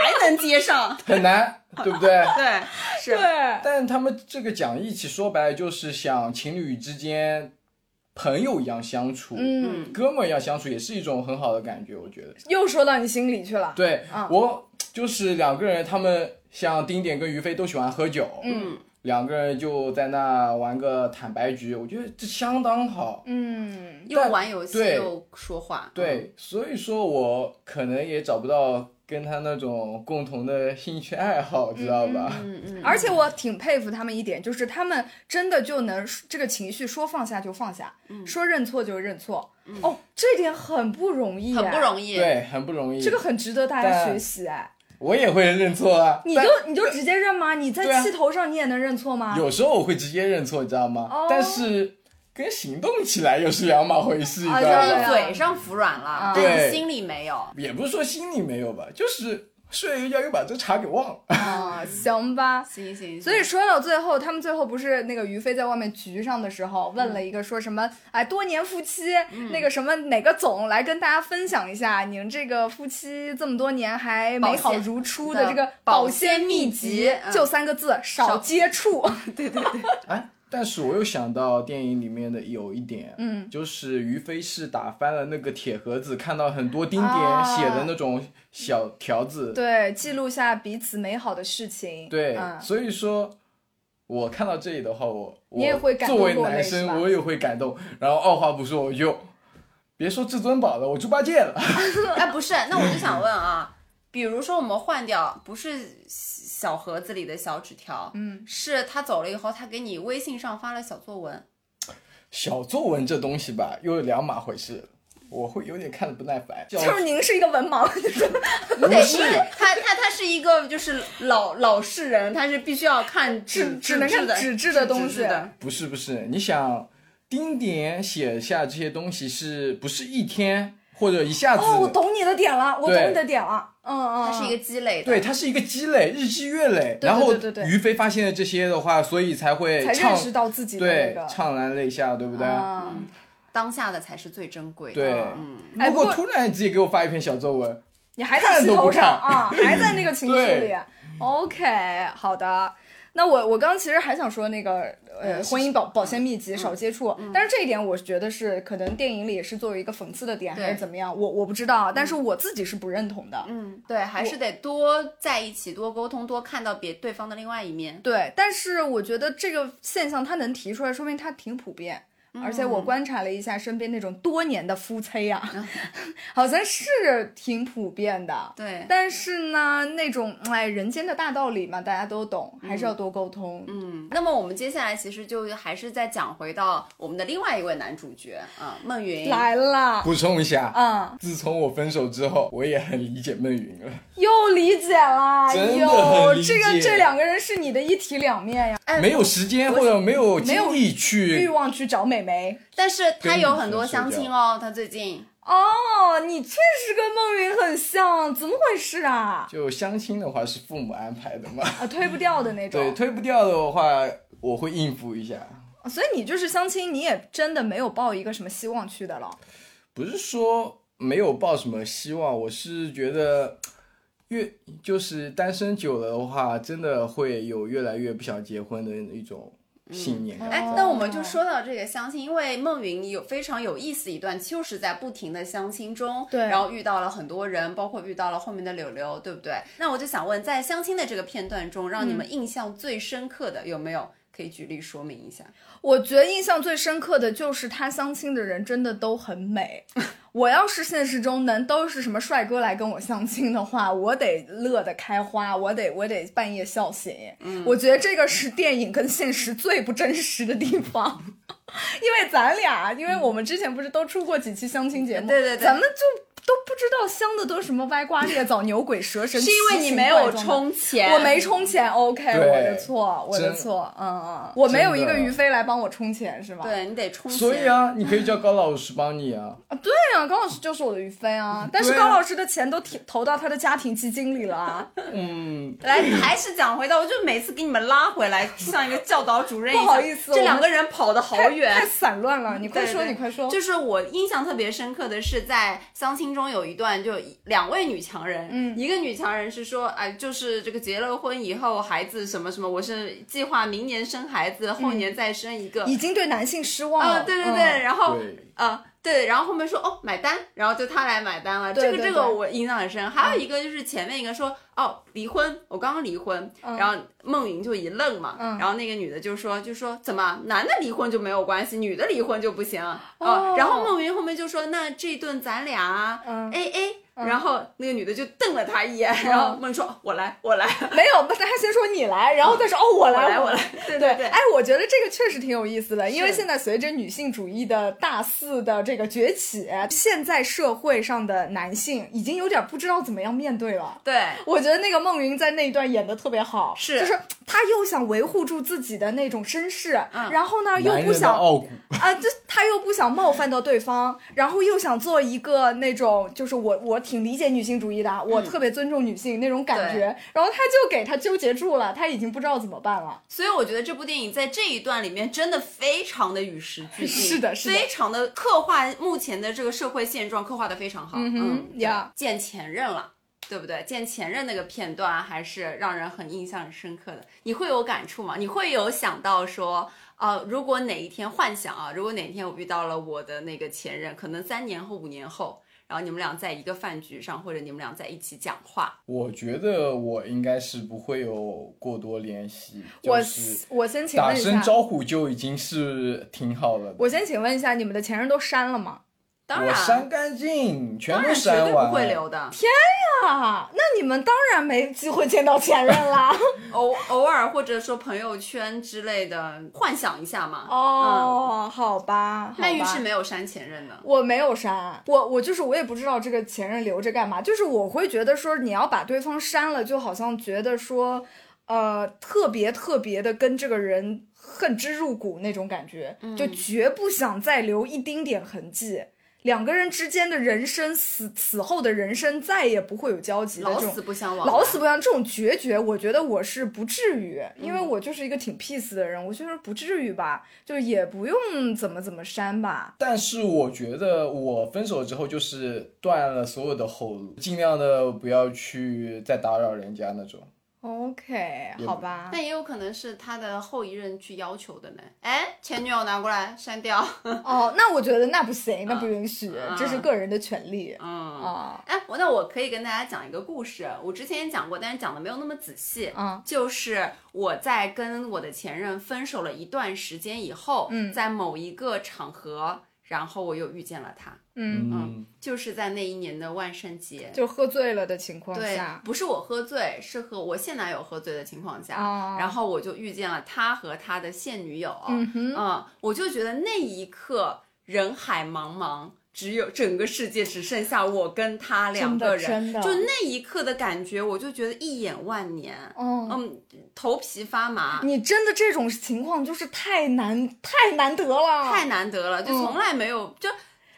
S4: 还能接上。
S3: 很难，对不对？
S4: 对，是
S2: 对。
S3: 但他们这个讲义气，说白了就是想情侣之间朋友一样相处，
S2: 嗯，
S3: 哥们儿一样相处，也是一种很好的感觉，我觉得。
S2: 又说到你心里去了。
S3: 对、
S2: 啊
S3: 我就是两个人，他们像丁点跟于飞都喜欢喝酒，
S2: 嗯，
S3: 两个人就在那玩个坦白局，我觉得这相当好。
S2: 嗯，
S4: 又玩游戏
S3: 对
S4: 又说话，
S3: 对，所以说我可能也找不到跟他那种共同的兴趣爱
S2: 嗯
S3: 好，知道吧？
S4: 嗯
S2: 而且我挺佩服他们一点，就是他们真的就能这个情绪说放下就放下，
S4: 嗯
S2: 说认错就认错。哦，这点很不容易，
S4: 很不容易。
S3: 对，很不容易。
S2: 易这个很值得大家
S3: 但
S2: 学习哎。
S3: 我也会认错啊，
S2: 你
S3: 但
S2: 就你就直接认吗？你
S3: 对
S2: 在
S3: 啊
S2: 气头上你也能认错吗？
S3: 有时候我会直接认错，你知道吗？
S2: 啊哦
S3: 但是跟行动起来又是两码回事，你知道
S2: 啊
S3: 吗？
S4: 你嘴上服软了，
S3: 对
S4: 但你心里没 有。
S3: 也不是说心里没有吧，就是睡了一觉又把这茬给忘 了。
S2: 啊，行吧。
S4: 行行，
S2: 所以说到最后，他们最后不是那个于飞在外面局上的时候，问了一个说什么，哎，多年夫妻，那个什么哪个总来跟大家分享一下，您这个夫妻这么多年还美好如初的这个
S4: 保
S2: 保
S4: 鲜
S2: 鲜秘
S4: 秘
S2: 籍
S4: 籍嗯，
S2: 就三个字，少接触。
S3: 哎，但是我又想到电影里面的有一点，嗯，就是于飞是打翻了那个铁盒子，看到很多丁点
S2: 啊
S3: 写的那种小条子，
S2: 对，记录下彼此美好的事情。
S3: 对，
S2: 嗯，
S3: 所以说。我看到这里的话，我我
S2: 你也会感动
S3: 作为
S2: 落泪
S3: 男
S2: 是吧
S3: 生，我也会感动。然后二话不说，我就别说至尊宝了，我猪八戒了。
S4: 哎，不是，那我就想问啊，比如说我们换掉不是小盒子里的小纸条，嗯，是他走了以后，他给你微信上发了小作文，
S3: 小作文这东西吧，又有两码回事，我会有点看的不耐烦。小
S2: 就是您是一个文盲，
S3: 不
S4: 对，因
S3: 是
S4: 为他他他是一个就是老老实人，他是必须要看纸
S2: 只只能看
S4: 的
S2: 纸质的东西。
S4: 的
S3: 不是不是，你想丁点写下这些东西是不是一天或者一下子？
S2: 哦，我懂你的点了，我
S3: 对
S2: 懂你的点了。嗯嗯，
S4: 它
S2: 嗯
S4: 是一个积累的，
S3: 对，它是一个积累，日积月累。
S2: 对
S3: 然后
S2: 对对对对
S3: 于飞发现了这些的话，所以才会
S2: 才
S3: 唱
S2: 认识到自己的那
S3: 对
S2: 个。
S3: 怅然泪下，对不对？
S2: 嗯
S4: 当下的才是最珍贵的。
S3: 对
S4: 嗯，
S2: 哎
S3: 如
S2: 不过
S3: 果突然自己给我发一篇小作文，
S2: 你还在
S3: 看
S2: 气
S3: 都不
S2: 头上
S3: 看
S2: 啊，还在那个情绪里
S3: 对。
S2: OK，好的。那我我刚其实还想说那个
S3: 哎
S2: 呃婚姻保保鲜秘
S3: 嗯
S2: 籍少接触，但是这一点我觉得是可能电影里也是作为一个讽刺的点还
S4: 对
S2: 是怎么样，我我不知道啊，但是我自己是不认同的。
S4: 嗯，对，还是得多在一起，多沟通，多看到别对方的另外一面。
S2: 对，但是我觉得这个现象他能提出来，说明他挺普遍。而且我
S4: 嗯
S2: 观察了一下身边那种多年的夫妻啊， 好像是挺普遍的。
S4: 对，
S2: 但是呢，那种哎，人间的大道理嘛，大家都懂，还是要多沟通。
S4: 嗯，那么我们接下来其实就还是再讲回到我们的另外一位男主角啊，孟云。
S2: 来啦，
S3: 补充一下。
S2: 啊、
S3: 自从我分手之后，我也很理解孟云了。
S2: 又理解啦，
S3: 真的
S2: 哟，
S3: 很理
S2: 这个
S3: 解
S2: 这两个人是你的一体两面呀，
S4: 哎
S3: 没有时间或者没有精力
S2: 欲
S3: 去，
S2: 望去找美眉。
S4: 但是他有很多相亲哦，他最近
S2: 哦，你确实跟孟云很像，怎么回事啊？
S3: 就相亲的话是父母安排的 嘛。
S2: 啊，推不掉的那种。
S3: 对，推不掉的话，我会应付一下。
S2: 所以你就是相亲，你也真的没有抱一个什么希望去的了。
S3: 不是说没有抱什么希望，我是觉得越就是单身久了的话，真的会有越来越不想结婚的一种
S2: 嗯
S3: 信念感在。
S4: 哎，那我们就说到这个相亲，因为孟云有非常有意思一段，就是在不停的相亲中，
S2: 对
S4: 然后遇到了很多人，包括遇到了后面的柳柳，对不对？那我就想问，在相亲的这个片段中，让你们印象最深刻的有没有？可以举例说明一下，
S2: 我觉得印象最深刻的就是他相亲的人真的都很美。 我要是现实中能都是什么帅哥来跟我相亲的话，我得乐得开花，我得我得半夜笑醒。
S4: 嗯
S2: 我觉得这个是电影跟现实最不真实的地方。 因为咱俩，因为我们之前不是都出过几期相亲节目，
S4: 嗯对对对
S2: 咱们就都不知道相的都是什么歪瓜裂枣、牛鬼蛇神，
S4: 是因为
S2: 奇
S4: 你
S2: 形
S4: 没
S2: 怪
S4: 有
S2: 状的
S4: 充钱，
S2: 我没充钱，OK，
S3: 对
S2: 我的错，我的
S3: 真
S2: 错，嗯嗯，我没有一个
S3: 真的
S2: 于飞来帮我充钱是吧？
S4: 对你得充钱，
S3: 所以啊，你可以叫高老师帮 你啊。
S2: 啊，对啊，高老师就是我的于飞啊，但是
S3: 对啊
S2: 高老师的钱都提投到他的家庭基金里了啊，
S3: 嗯，
S4: 来，还是讲回到，我就每次给你们拉回来，像一个教导主任一样。
S2: 不好意思
S4: 这两
S2: 我
S4: 个人跑得好
S2: 太太
S4: 远。
S2: 散乱了，你快
S4: 对
S2: 说，
S4: 对
S2: 你快说，
S4: 就是我印象特别深刻的是，在相亲中有一段，就两位女强人，
S2: 嗯
S4: 一个女强人是说，哎，就是这个结了婚以后，孩子什么什么，我是计划明年生孩子，后年再生一个。
S2: 已经对男性失望
S4: 啊、
S2: 了，
S4: 对对
S2: 嗯
S4: 对，，然后
S3: 对
S4: 呃，对，然后后面说哦买单，然后就他来买单了。
S2: 对
S4: 这
S2: 对
S4: 个这个
S2: 对
S4: 我印象很深。还有一个就是前面一个说哦离婚，我刚刚离婚，然后孟云就一愣嘛，
S2: 嗯
S4: 然后那个女的就说就说怎么男的离婚就没有关系，女的离婚就不行哦、
S2: 哦
S4: 然后孟云后面就说那这顿咱俩
S2: 嗯
S4: A A。然后那个女的就瞪了他一眼，然后孟云说：“哦我来，我来，
S2: 没有，不是，他先说你来，然后再说哦，我
S4: 我
S2: 来，
S4: 来，我来。” 对
S2: 对
S4: 对
S2: 哎，我觉得这个确实挺有意思的，因为
S4: 是
S2: 现在随着女性主义的大肆的这个崛起，现在社会上的男性已经有点不知道怎么样面对了。
S4: 对，
S2: 我觉得那个孟云在那一段演的特别好，
S4: 是
S2: 就是他又想维护住自己的那种绅士，
S4: 嗯
S2: 然后呢又
S3: 男
S2: 不
S3: 人的
S2: 想
S3: 傲骨，
S2: 啊，这他又不想冒犯到对方，然后又想做一个那种就是我我挺理解女性主义的啊，
S4: 嗯
S2: 我特别尊重女性那种感觉，然后他就给他纠结住了，他已经不知道怎么办了。
S4: 所以我觉得这部电影在这一段里面真的非常的与时俱进，
S2: 是的是的
S4: 非常的刻画目前的这个社会现状，刻画的非常好。
S2: 嗯哼
S4: 嗯，
S2: 呀
S4: 对见前任了，对不对？见前任那个片段啊还是让人很印象深刻的。你会有感触吗？你会有想到说，呃，如果哪一天幻想啊，如果哪一天我遇到了我的那个前任，可能三年后、五年后，然后你们俩在一个饭局上，或者你们俩在一起讲话，
S3: 我觉得我应该是不会有过多联系，就
S2: 我
S3: 是
S2: 我先请
S3: 打
S2: 问一
S3: 声
S2: 下，
S3: 招呼就已经是挺好了的。
S2: 我先请问一下，你们的前任都删了吗？
S4: 当
S3: 我
S4: 然，
S3: 删干净，全
S4: 当
S3: 部
S4: 然绝对
S3: 删完，
S4: 不会留的。
S2: 啊，那你们当然没机会见到前任啦。
S4: 偶偶尔或者说朋友圈之类的，幻想一下嘛。
S2: 哦，好吧，
S4: 嗯，曼玉
S2: 好吧
S4: 是没有删前任的。
S2: 我没有删，我我就是我也不知道这个前任留着干嘛，就是我会觉得说你要把对方删了，就好像觉得说，呃，特别特别的跟这个人
S1: 嗯
S2: 恨之入骨那种感觉，就绝不想再留一丁点痕迹。两个人之间的人生死死后的人生再也不会有交集的
S1: 老
S2: 这种
S1: 死不相往来
S2: 老死不相这种决绝，我觉得我是不至于，
S1: 嗯
S2: 因为我就是一个挺 peace 的人，我就是不至于吧，就也不用怎么怎么删吧。
S3: 但是我觉得我分手之后就是断了所有的后路，尽量的不要去再打扰人家那种。
S2: OK，
S3: 也
S2: 好吧。
S1: 但也有可能是他的后一任去要求的呢。哎，前女友拿过来删掉。
S2: 哦，那我觉得那不行，那不允许，
S1: 嗯
S2: 这是个人的权利
S1: 嗯。
S2: 啊。
S1: 哎，我那我可以跟大家讲一个故事，我之前也讲过，但是讲的没有那么仔细。
S2: 嗯，
S1: 就是我在跟我的前任分手了一段时间以后，
S2: 嗯
S1: 在某一个场合，然后我又遇见了他，
S2: 嗯，
S1: 嗯，就是在那一年的万圣节。
S2: 就喝醉了的情况
S1: 对
S2: 下，，
S1: 不是我喝醉，是和我现男友喝醉的情况下，
S2: 哦
S1: 然后我就遇见了他和他的现女友。
S2: 嗯哼
S1: 嗯，我就觉得那一刻人海茫茫，只有整个世界只剩下我跟他两个人，
S2: 真的真的
S1: 就那一刻的感觉，我就觉得一眼万年，
S2: 哦，
S1: 嗯，头皮发麻。
S2: 你真的这种情况就是太难太难得了，
S1: 太难得了，就
S2: 嗯
S1: 从来没有就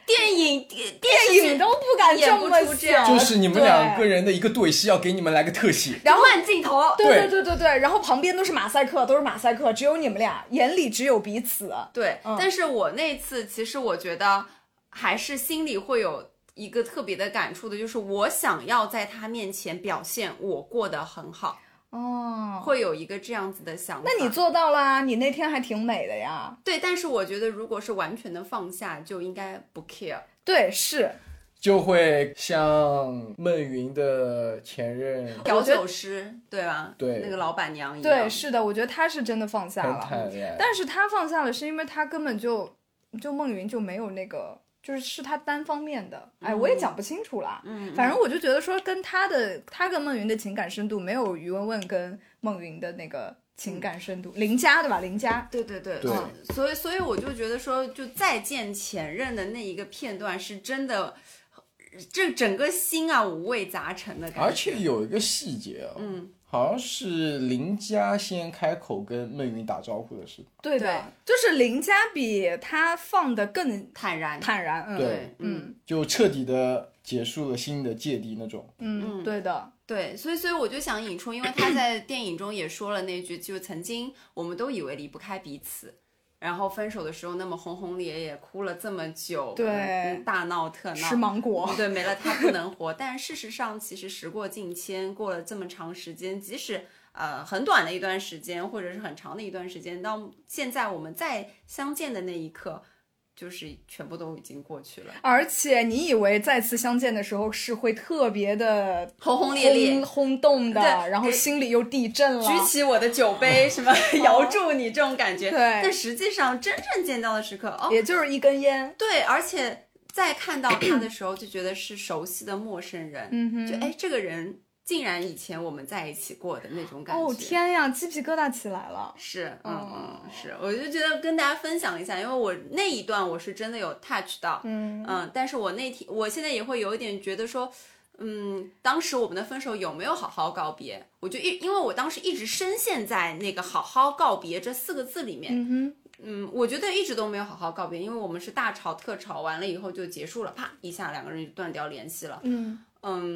S1: 电影电
S2: 电影都不敢这么
S1: 演不出这
S4: 嗯
S1: 样
S2: 写
S3: 就是你们两个
S2: 对
S3: 人的一个对戏，要给你们来个特写。
S1: 然后慢镜头，
S2: 对对对
S3: 对
S2: 对对，然后旁边都是马赛克，都是马赛克，只有你们俩眼里只有彼此。
S1: 对，
S2: 嗯
S1: 但是我那次其实我觉得还是心里会有一个特别的感触的，就是我想要在他面前表现我过得很好，
S2: 哦，
S1: 会有一个这样子的想法。
S2: 那你做到啦，你那天还挺美的呀。
S1: 对，但是我觉得如果是完全的放下，就应该不 care。
S2: 对，是
S3: 就会像孟云的前任，
S1: 调酒师对吧？
S3: 对
S1: 那个老板娘一样。
S2: 对是的，我觉得他是真的放下
S3: 很
S2: 了。
S3: 坦然。
S2: 但是他放下了，是因为他根本就就孟云就没有那个，就是是他单方面的。哎，我也讲不清楚啦。
S1: 嗯，
S2: 反正我就觉得说，跟他的他跟孟云的情感深度没有于文文跟孟云的那个情感深度。林佳对吧？林佳，
S1: 嗯对对对，
S3: 对
S1: 嗯所以所以我就觉得说，就再见前任的那一个片段是真的，这整个心啊五味杂陈的感觉。
S3: 而且有一个细节哦，
S1: 嗯，
S3: 好像是林佳先开口跟孟云打招呼的是吧，
S2: 对的，就是林佳比他放的更
S1: 坦然，
S2: 坦然。嗯，
S1: 对，嗯。
S2: 嗯
S3: 就彻底的结束了心的芥蒂那种。
S2: 嗯，对的，
S1: 对，所以所以我就想引出，因为他在电影中也说了那句，就是曾经我们都以为离不开彼此，然后分手的时候那么轰轰烈烈，哭了这么久，
S2: 对
S1: 嗯大闹特闹，
S2: 吃芒果。
S1: 对，没了他不能活。但事实上，其实时过境迁，过了这么长时间，即使呃很短的一段时间，或者是很长的一段时间，到现在我们再相见的那一刻，就是全部都已经过去了，
S2: 而且你以为再次相见的时候是会特别的
S1: 轰轰烈烈
S2: 轰轰动的，
S1: 对
S2: 然后心里又地震了，
S1: 举起我的酒杯，什么 摇住你这种感觉。
S2: 哦对
S1: 但实际上真正见到的时刻，哦，
S2: 也就是一根烟。
S1: 对，而且再看到他的时候，就觉得是熟悉的陌生人，
S2: 嗯哼
S1: 就哎，这个人竟然以前我们在一起过的那种感觉。
S2: 哦天呀，鸡皮疙瘩起来了。
S1: 是，嗯
S2: 哦
S1: 嗯，是，我就觉得跟大家分享一下，因为我那一段我是真的有 touch 到，
S2: 嗯
S1: 嗯，但是我那天，我现在也会有一点觉得说，嗯，当时我们的分手有没有好好告别？我就一，因为我当时一直深陷在那个“好好告别”这四个字里面，
S2: 嗯
S1: 嗯，我觉得一直都没有好好告别，因为我们是大吵特吵完了以后就结束了，啪一下两个人就断掉联系了
S2: 哼，，嗯，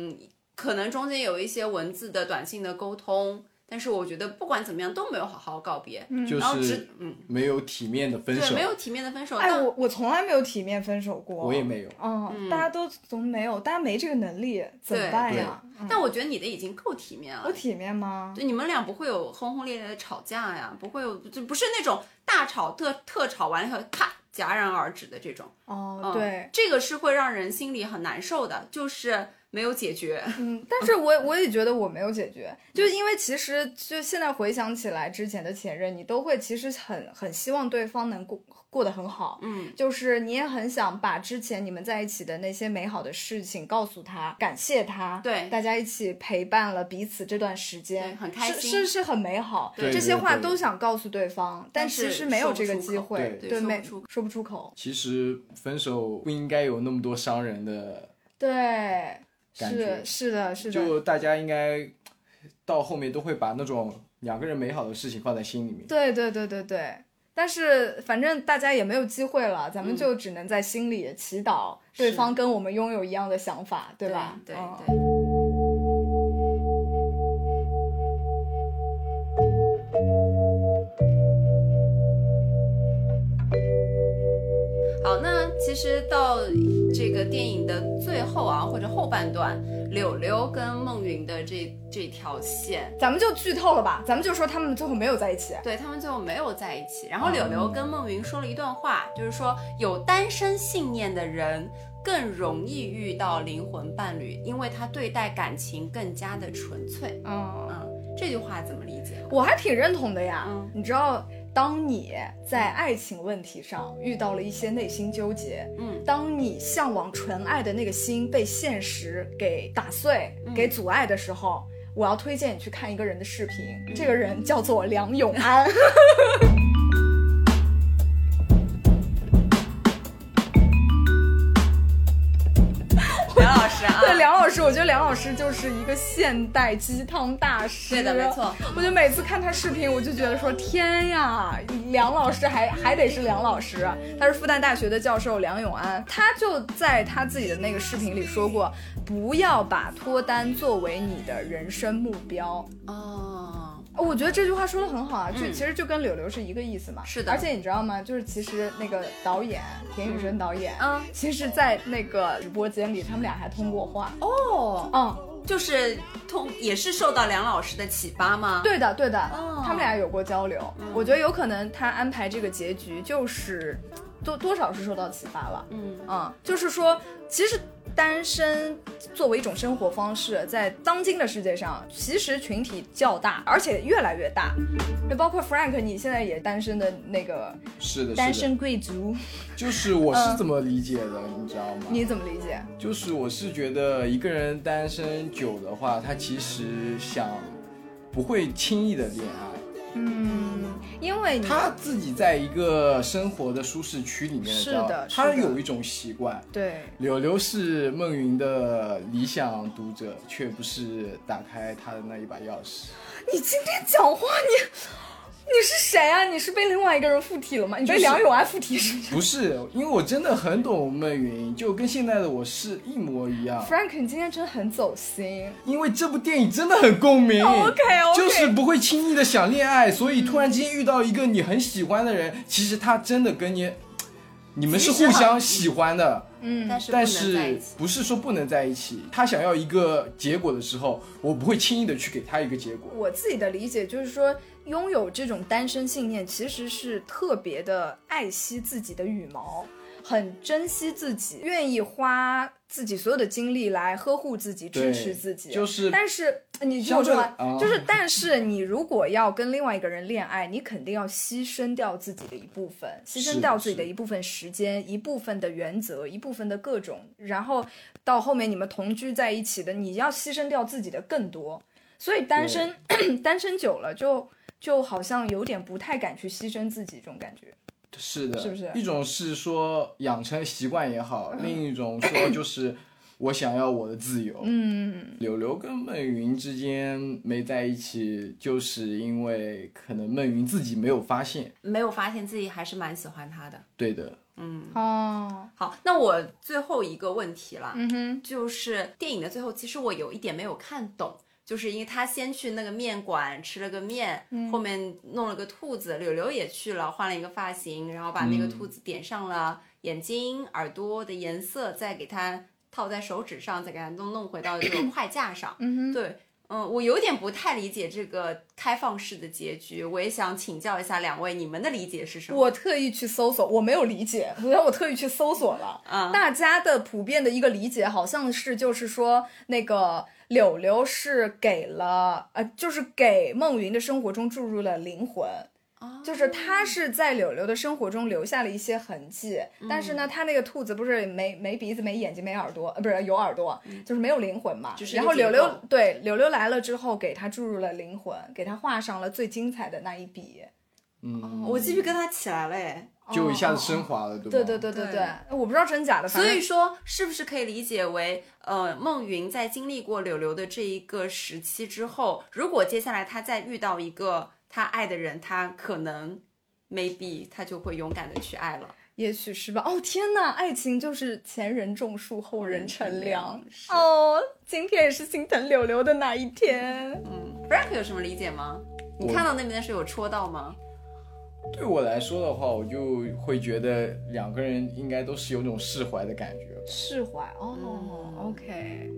S1: 嗯，可能中间有一些文字的、短信的沟通，但是我觉得不管怎么样都没有好好告别，
S3: 就
S1: 然后
S3: 是
S1: 只嗯。
S3: 没有体面的分
S1: 对，
S3: 手，
S1: 没有体面的分手。
S2: 哎，
S1: 但
S2: 我我从来没有体面分手过，
S3: 我也。没有。
S2: 哦，大家都总没有，大家没这个能力，怎么
S1: 嗯对
S2: 办呀？
S1: 但我觉得你的已经够体面
S2: 我
S1: 了。
S2: 体面吗？
S1: 就你们俩不会有轰轰烈烈的吵架呀，不会有，就不是那种大吵特特吵完了以后咔戛然而止的这种。
S2: 哦
S1: 嗯，，
S2: 对，
S1: 这个是会让人心里很难受的，就是没有解决。
S2: 嗯，但是我我也觉得我没有解决，就是因为其实就现在回想起来之前的前任，你都会其实很很希望对方能过过得很好，
S1: 嗯，
S2: 就是你也很想把之前你们在一起的那些美好的事情告诉他，感谢他，
S1: 对
S2: 大家一起陪伴了彼此这段时
S1: 对
S2: 间，
S1: 很开
S2: 是
S1: 心
S2: 是是很美好，
S3: 对
S2: 这些
S3: 对
S2: 话
S3: 对
S2: 都想告诉对方，
S1: 但
S2: 其
S1: 是
S2: 实没有这个
S1: 说不出
S2: 机
S1: 口
S2: 会，
S3: 对
S1: 对
S2: 没
S1: 说不出
S2: 说不出口，
S3: 其实分手不应该有那么多伤人的，
S2: 对，
S3: 感觉
S2: 是是的，是的，
S3: 就大家应该到后面都会把那种两个人美好的事情放在心里面。
S2: 对对对对对。但是反正大家也没有机会了，
S1: 嗯
S2: 咱们就只能在心里祈祷对方跟我们拥有一样的想法，对吧？
S1: 对
S2: 嗯
S1: 对。好，那其实到这个电影的最后啊，或者后半段，柳柳跟孟云的这这条线，
S2: 咱们就剧透了吧，咱们就说他们最后没有在一起。
S1: 对他们最后没有在一起。然后柳柳跟孟云说了一段话，就是说有单身信念的人更容易遇到灵魂伴侣，因为他对待感情更加的纯粹。
S2: 嗯，
S1: 嗯，这句话怎么理解？
S2: 我还挺认同的呀。
S1: 嗯
S2: 你知道，当你在爱情问题上遇到了一些内心纠结，
S1: 嗯
S2: 当你向往纯爱的那个心被现实给打碎、
S1: 嗯
S2: 给阻碍的时候，我要推荐你去看一个人的视频，
S1: 嗯
S2: 这个人叫做梁永安。
S1: 梁老师啊，
S2: 对梁老师，我觉得梁老师就是一个现代鸡汤大师。
S1: 对的没错。
S2: 我就每次看他视频，我就觉得说天呀，梁老师还还得是梁老师，啊他是复旦大学的教授梁永安，他就在他自己的那个视频里说过，不要把脱单作为你的人生目标。
S1: 哦，
S2: 我觉得这句话说的很好啊，就、
S1: 嗯
S2: 其实就跟柳柳是一个意思嘛。
S1: 是的
S2: 而且你知道吗？就是其实那个导演田雨生导演，
S1: 嗯
S2: 其实，在那个直播间里，他们俩还通过话。
S1: 哦，
S2: 嗯，
S1: 就是通也是受到梁老师的启发吗？，
S2: 对的，对的，
S1: 哦
S2: 他们俩有过交流。我觉得有可能他安排这个结局，就是多多少是受到启发了。
S1: 嗯
S2: 嗯，就是说，其实单身作为一种生活方式，在当今的世界上，其实群体较大，而且越来越大。就包括 Frank，你现在也单身的那个
S3: 是的，
S2: 单
S3: 是的，
S2: 身贵族，
S3: 就是我是怎么理解的，你知道吗？
S2: 你怎么理解？
S3: 就是我是觉得一个人单身久的话，他其实想不会轻易的恋爱，
S2: 嗯，因为你
S3: 他自己在一个生活的舒适区里面，
S2: 是
S3: 知道
S2: 的
S3: 他
S2: 是的
S3: 有一种习惯。
S2: 对
S3: 柳柳是孟云的理想读者，却不是打开他的那一把钥匙。
S2: 你今天讲话，你你是谁啊？你是被另外一个人附体了吗？你被梁永安附体是不是
S3: 不是，因为我真的很懂孟云，就跟现在的我是一模一样。
S2: ？Frank，你今天真的很走心。
S3: 因为这部电影真的很共鸣
S2: OK，OK
S3: 嗯就是不会轻易的想恋爱，所以突然之间遇到一个你很喜欢的人，其实他真的跟你，你们是互相喜欢的，
S2: 嗯，
S1: 但是不
S3: 但
S1: 能在一
S3: 是
S1: 起。
S3: 不是说不能在一起。他想要一个结果的时候，我不会轻易的去给他一个结果。
S2: 我自己的理解就是说，拥有这种单身信念，其实是特别的爱惜自己的羽毛，很珍惜自己，愿意花自己所有的精力来呵护自己、支
S3: 对
S2: 持自己。
S3: 就是
S2: 但是你听我说完
S3: 相对的啊，
S2: 就是但是你如果要跟另外一个人恋爱，你肯定要牺牲掉自己的一部分，牺牲
S3: 是
S2: 掉自己
S3: 是
S2: 的一部分时间、一部分的原则、一部分的各种，然后到后面你们同居在一起的，你要牺牲掉自己的更多。所以单身 单身久了就。就好像有点不太敢去牺牲自己这种感觉，
S3: 是的，
S2: 是不嗯是
S3: 一种是说养成习惯也好，另一种说就是我想要我的自由。
S2: 嗯，
S3: 柳柳跟孟云之间没在一起，就是因为可能孟云自己没有发现。
S1: 没有发现自己还是蛮喜欢他的。
S3: 对的，
S2: 哦，
S1: 好，那我最后一个问题了，
S2: 嗯哼，
S1: 就是电影的最后，其实我有一点没有看懂。就是因为他先去那个面馆吃了个面，
S2: 嗯
S1: 后面弄了个兔子，柳柳也去了，换了一个发型，然后把那个兔子点上了眼睛、耳朵的颜色，再给它套在手指上，再给它弄弄回到 这个筷架上。
S2: 嗯哼，
S1: 对，嗯，我有点不太理解这个开放式的结局，我也想请教一下两位，你们的理解是什么？
S2: 我特意去搜索，我没有理解，所以我特意去搜索了，
S1: 啊，
S2: 大家的普遍的一个理解好像是，就是说那个柳柳是给了，呃，就是给孟云的生活中注入了灵魂。就是他是在柳柳的生活中留下了一些痕迹，
S1: 哦
S2: 但是呢，他那个兔子不是没没鼻子、没眼睛、没耳朵，呃，不是有耳朵，就是没有灵魂嘛
S1: 只。嗯是一个
S2: 然后柳
S1: 结
S2: 柳
S1: 构
S2: 对柳柳来了之后，给他注入了灵魂，给他画上了最精彩的那一笔。
S3: 嗯，
S2: 哦
S1: 我鸡皮疙瘩起来了哎。
S3: 就一下子升华了，对吧？
S2: 对对对对
S1: 对
S2: 对，我不知道真假的，反
S1: 所
S2: 正
S1: 以说，是不是可以理解为，呃，孟云在经历过柳柳的这一个时期之后，如果接下来他再遇到一个他爱的人，他可能 maybe 他就会勇敢的去爱了。
S2: 也许是吧。哦天呐，爱情就是前人种树，后人乘凉。
S1: 是
S2: 哦，今天也是心疼柳柳的那一天。
S1: 嗯，Frank 有什么理解吗？你
S3: 我
S1: 看到那边的时候有戳到吗？
S3: 对我来说的话，我就会觉得两个人应该都是有种释怀的感觉。
S2: 释怀哦、
S1: 嗯
S2: o k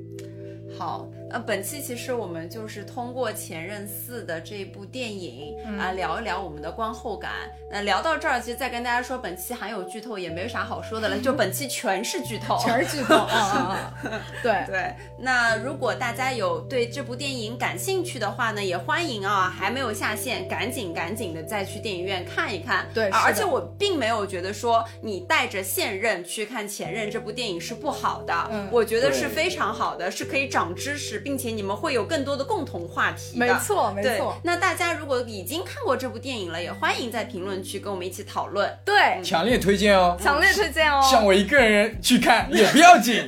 S1: 好，呃，本期其实我们就是通过《前任四》的这部电影啊、聊一聊我们的观后感。那聊到这儿，其实再跟大家说，本期含有剧透，也没有啥好说的了，就本期全是剧透，
S2: 全是剧透。啊啊 啊！对，
S1: 对，那如果大家有对这部电影感兴趣的话呢，也欢迎啊，还没有下线，赶紧赶紧的再去电影院看一看。
S2: 对
S1: 啊
S2: 是的
S1: 而且我并没有觉得说你带着现任去看前任这部电影是不好的，
S2: 嗯
S1: 我觉得是
S3: 对
S1: 非常好的，是可以长知识，并且你们会有更多的共同话题的。
S2: 没错，没
S1: 对
S2: 错，，
S1: 那大家如果已经看过这部电影了，也欢迎在评论区跟我们一起讨论。
S2: 对，
S3: 强烈推荐哦，
S2: 强烈推荐哦。
S3: 像我一个人去看也不要紧。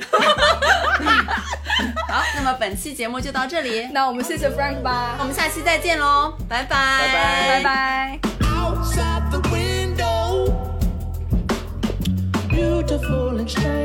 S1: 好，那么本期节目就到这里，
S2: 那我们谢谢 Frank 吧
S1: 我，们下期再见喽，拜拜，拜
S2: 拜拜。
S6: outside the window. Beautiful and shiny.